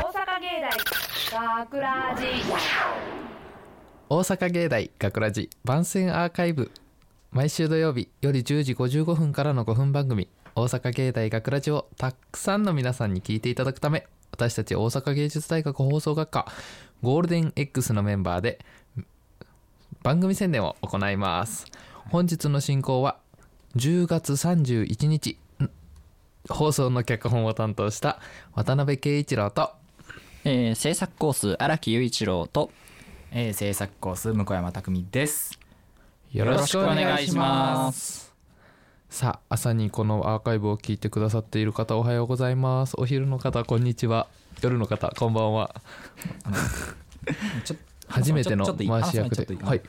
大学ラジ大阪芸大学ラジ番宣アーカイブ毎週土曜日夜10時55分からの5分番組「大阪芸大学ラジをたくさんの皆さんに聞いていただくため私たち大阪芸術大学放送学科ゴールデン X のメンバーで番組宣伝を行います本日の進行は10月31日ん放送の脚本を担当した渡辺圭一郎とえー制作コース荒木雄一郎とえー、制作コース向山拓実です。。よろしくお願いしますさあ朝にこのアーカイブを聞いてくださっている方おはようございますお昼の方こんにちは夜の方こんばんはちょ初めてのちょっといい回し役あすいませんちょっとでいいはいこ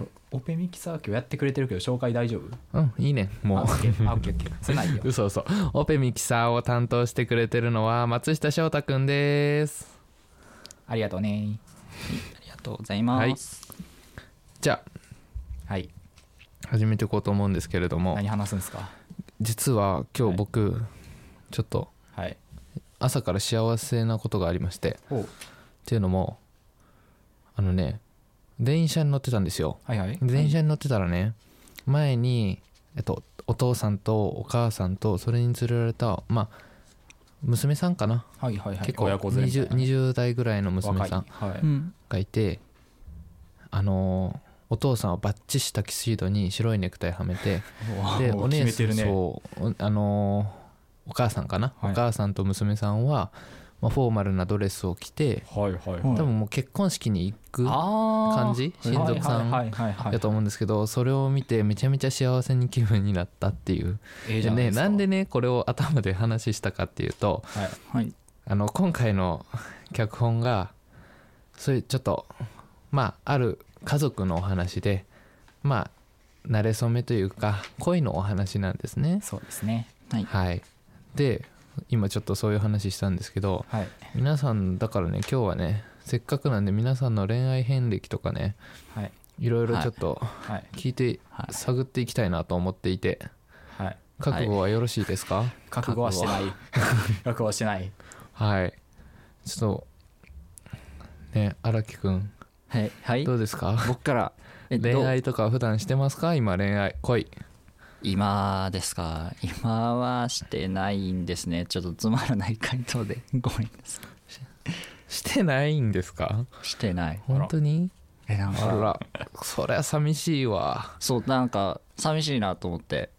れオペミキサー今日やってくれてるけど紹介大丈う夫？んいいねもあうオッケーあオッケーオッケー。それないよ。嘘嘘オペミキサーを担当してくれてるのは松下翔太くんですありがとうね。ありがとうございます、じゃはい。あ始めていこうと思うんですけれども何話すんですか？実は今日僕、ちょっとはい。朝から幸せなことがありましておっていうのもあのね電車に乗ってたんですよはいはい。電車に乗ってたらね前に、えっと、お父さんとお母さんとそれに連れられたまあ娘さんかな、はいはいはい。結構親子連れみたい 20, な20代ぐらいの娘さん若いはい。うんがいてあのーお父さんはバッチシタキシードに白いネクタイはめ てでおお決姉めさてん、るね。そうおあのーお母さんかな、はいお母さんと娘さんは、まあ、フォーマルなドレスを着てはいはい多はい。分もう結婚式に行くあー感じ親族さんはいはいはいはいやと思うんですけどそれを見てめちゃめちゃ幸せに気分になったっていうええじでゃないねですかなんでねこれを頭で話したかっていうとはいはいあの今回の 脚本がそういうちょっとまあある家族のお話でまあ慣れ初めというか恋のお話なんですね。そうですね。はいはい、で今ちょっとそういう話したんですけどはい皆さんだからね今日はねせっかくなんで皆さんの恋愛遍歴とかねはいいろいろちょっとはい聞いてはい探っていきたいなと思っていてはい。覚悟はよろしいですか 覚悟はしてない。覚悟はしてない。はい、ちょっとね荒木くんはいはいどうですか僕からえっと恋愛とか普段してますか今恋愛恋今ですか今はしてないんですねちょっとつまらない回答で ごめんなさしてないんですかいしてない本当にえなんあからそりゃ寂しいわそうなんか寂しいなと思って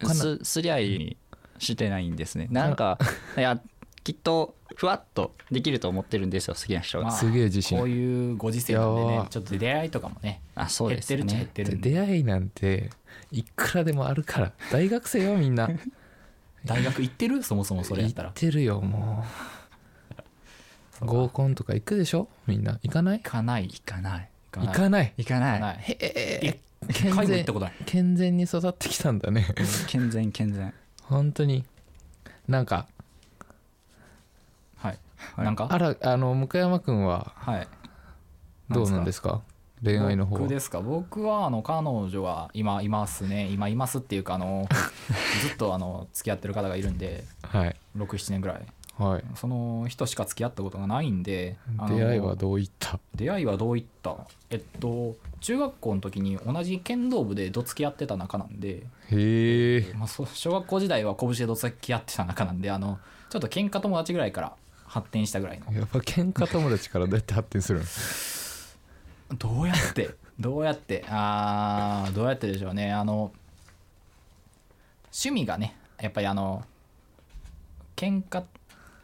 かなすすりゃいいにしてないんですねなんかいやきっとふわっとできると思ってるんですよ好きな人が、まあすげえ自信こういうご時世なんでいやねーちょっと出会いとかもねあそう減でっすてるっちゃ減っねてでるんで出会いなんていくらでもあるから大学生よみんな大学行ってるそも そもそれや行ったらっ。てるよも う合コンとか行くでしょみんな行かない行かない。行かない行行かない行かないない。へええ一回も行ったことない。健全に育ってきたんだね健全健全本当になんかはい。いなんかあらあの向山君ははい。どうなんですかすか恋愛の方僕はですか僕はあの彼女が今いますね今いますっていうか あのずっとあの付き合ってる方がいるんではい67年ぐらいはいその人しか付き合ったことがないんであの出会いはどういった出会いはどういったえっと中学校の時に同じ剣道部でどつき合ってた仲なんで、へえまあ、そう小学校時代は拳でどつき合ってた仲なんであのちょっと喧嘩友達ぐらいから発展したぐらいのやっぱ喧嘩友達からどうやって発展するのどうやって どうやってあーどうやってでしょうねあの趣味がねやっぱりあの喧嘩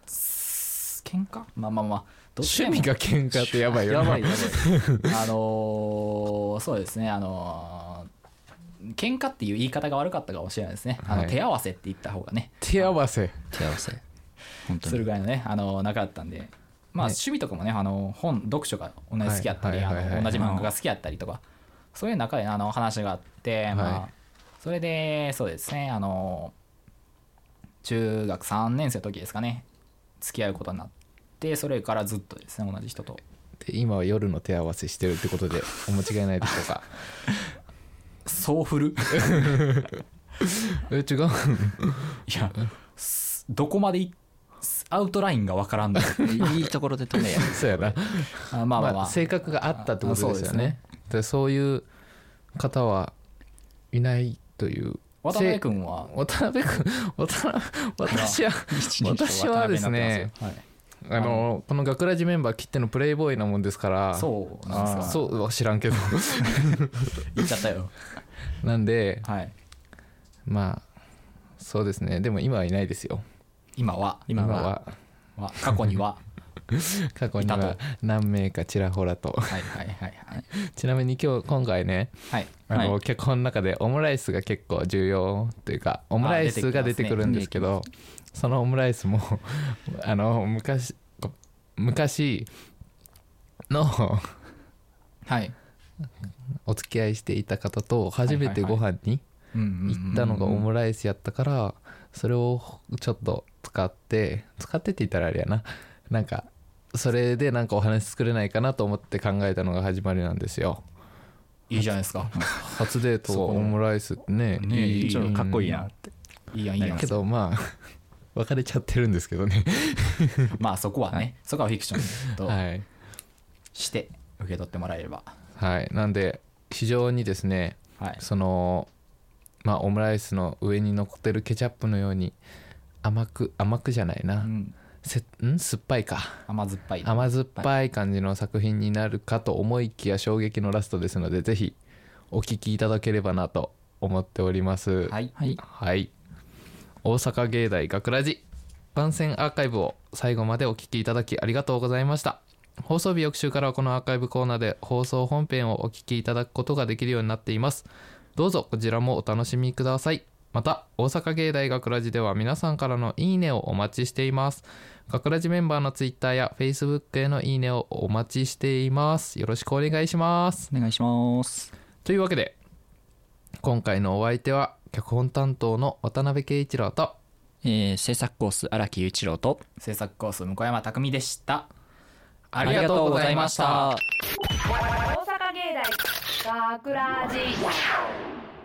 す喧嘩まあまあまあどっち趣でも味が喧嘩ってやばいよ やねばいやばいあのーそうですねあのー喧嘩っていう言い方が悪かったかもしれないですねあの、はい手合わせって言った方がね手合わせ手合わせ本当するにぐらいのねあの仲だったんでまあね趣味とかもねあの本読書が同じ好きやったりはいあはいはいはいの同じ漫画が好きやったりとかそういう中であの話があってはまあいそれでそうですねあの中学3年生の時ですかね付き合うことになってそれからずっとですね同じ人とで今は夜の手合わせしてるってことでお間違いないでしょう かそう振るえ違ういやすどこまで行っアウトラインがわからんのよ いいところで止めやそうやなあまあまあまあ、性格があったってことですよねあそうですねでそういう方はいないという渡辺君は渡辺君渡辺私は私はですねはいあのこの学ラジメンバー切ってのプレイボーイなもんですからそうなんですあかーそうは知らんけど 言っちゃったよなんではいまあそうですねでも今はいないですよ今は今はは過去には過去にいはたと何名かちらほらとはいはいはいはいちなみに今日今回ねはいあの、はい脚本の中でオムライスが結構重要というかオムライスが出てくるんですけどそのオムライスも あの昔こ昔のはいお付き合いしていた方と初めてご飯にうんうんうん行ったのがオムライスやったからそれをちょっと使って使ってって言ったらあれやななんかそれでなんかお話作れないかなと思って考えたのが始まりなんですよいいじゃないですか初デートオムライスってねねいいちょっとかっこいいなっていいやんいいやんけどまあ 別れちゃってるんですけどねまあそこはねそこはフィクションとはい、して受け取ってもらえればはい、なんで非常にですねはいそのまあオムライスの上に残ってるケチャップのように甘く甘くじゃないうな、んせん酸っぱいか甘酸っぱい甘酸っぱい感じの作品になるかと思いきや衝撃のラストですのでぜひお聞きいただければなと思っておりますはいはいはい大阪芸大学ラジ番宣アーカイブを最後までお聞きいただきありがとうございました放送日翌週からはこのアーカイブコーナーで放送本編をお聞きいただくことができるようになっていますどうぞこちらもお楽しみくださいまた大阪芸大学ラジでは皆さんからのいいねをお待ちしています学ラジメンバーのツイッターやフェイスブックへのいいねをお待ちしていますよろしくお願いしますお願いしますというわけで今回のお相手は脚本担当の渡辺圭一郎とえー制作コース荒木雄一郎と制作コース向山拓実でしたあありがとうございました大阪芸大学ラジ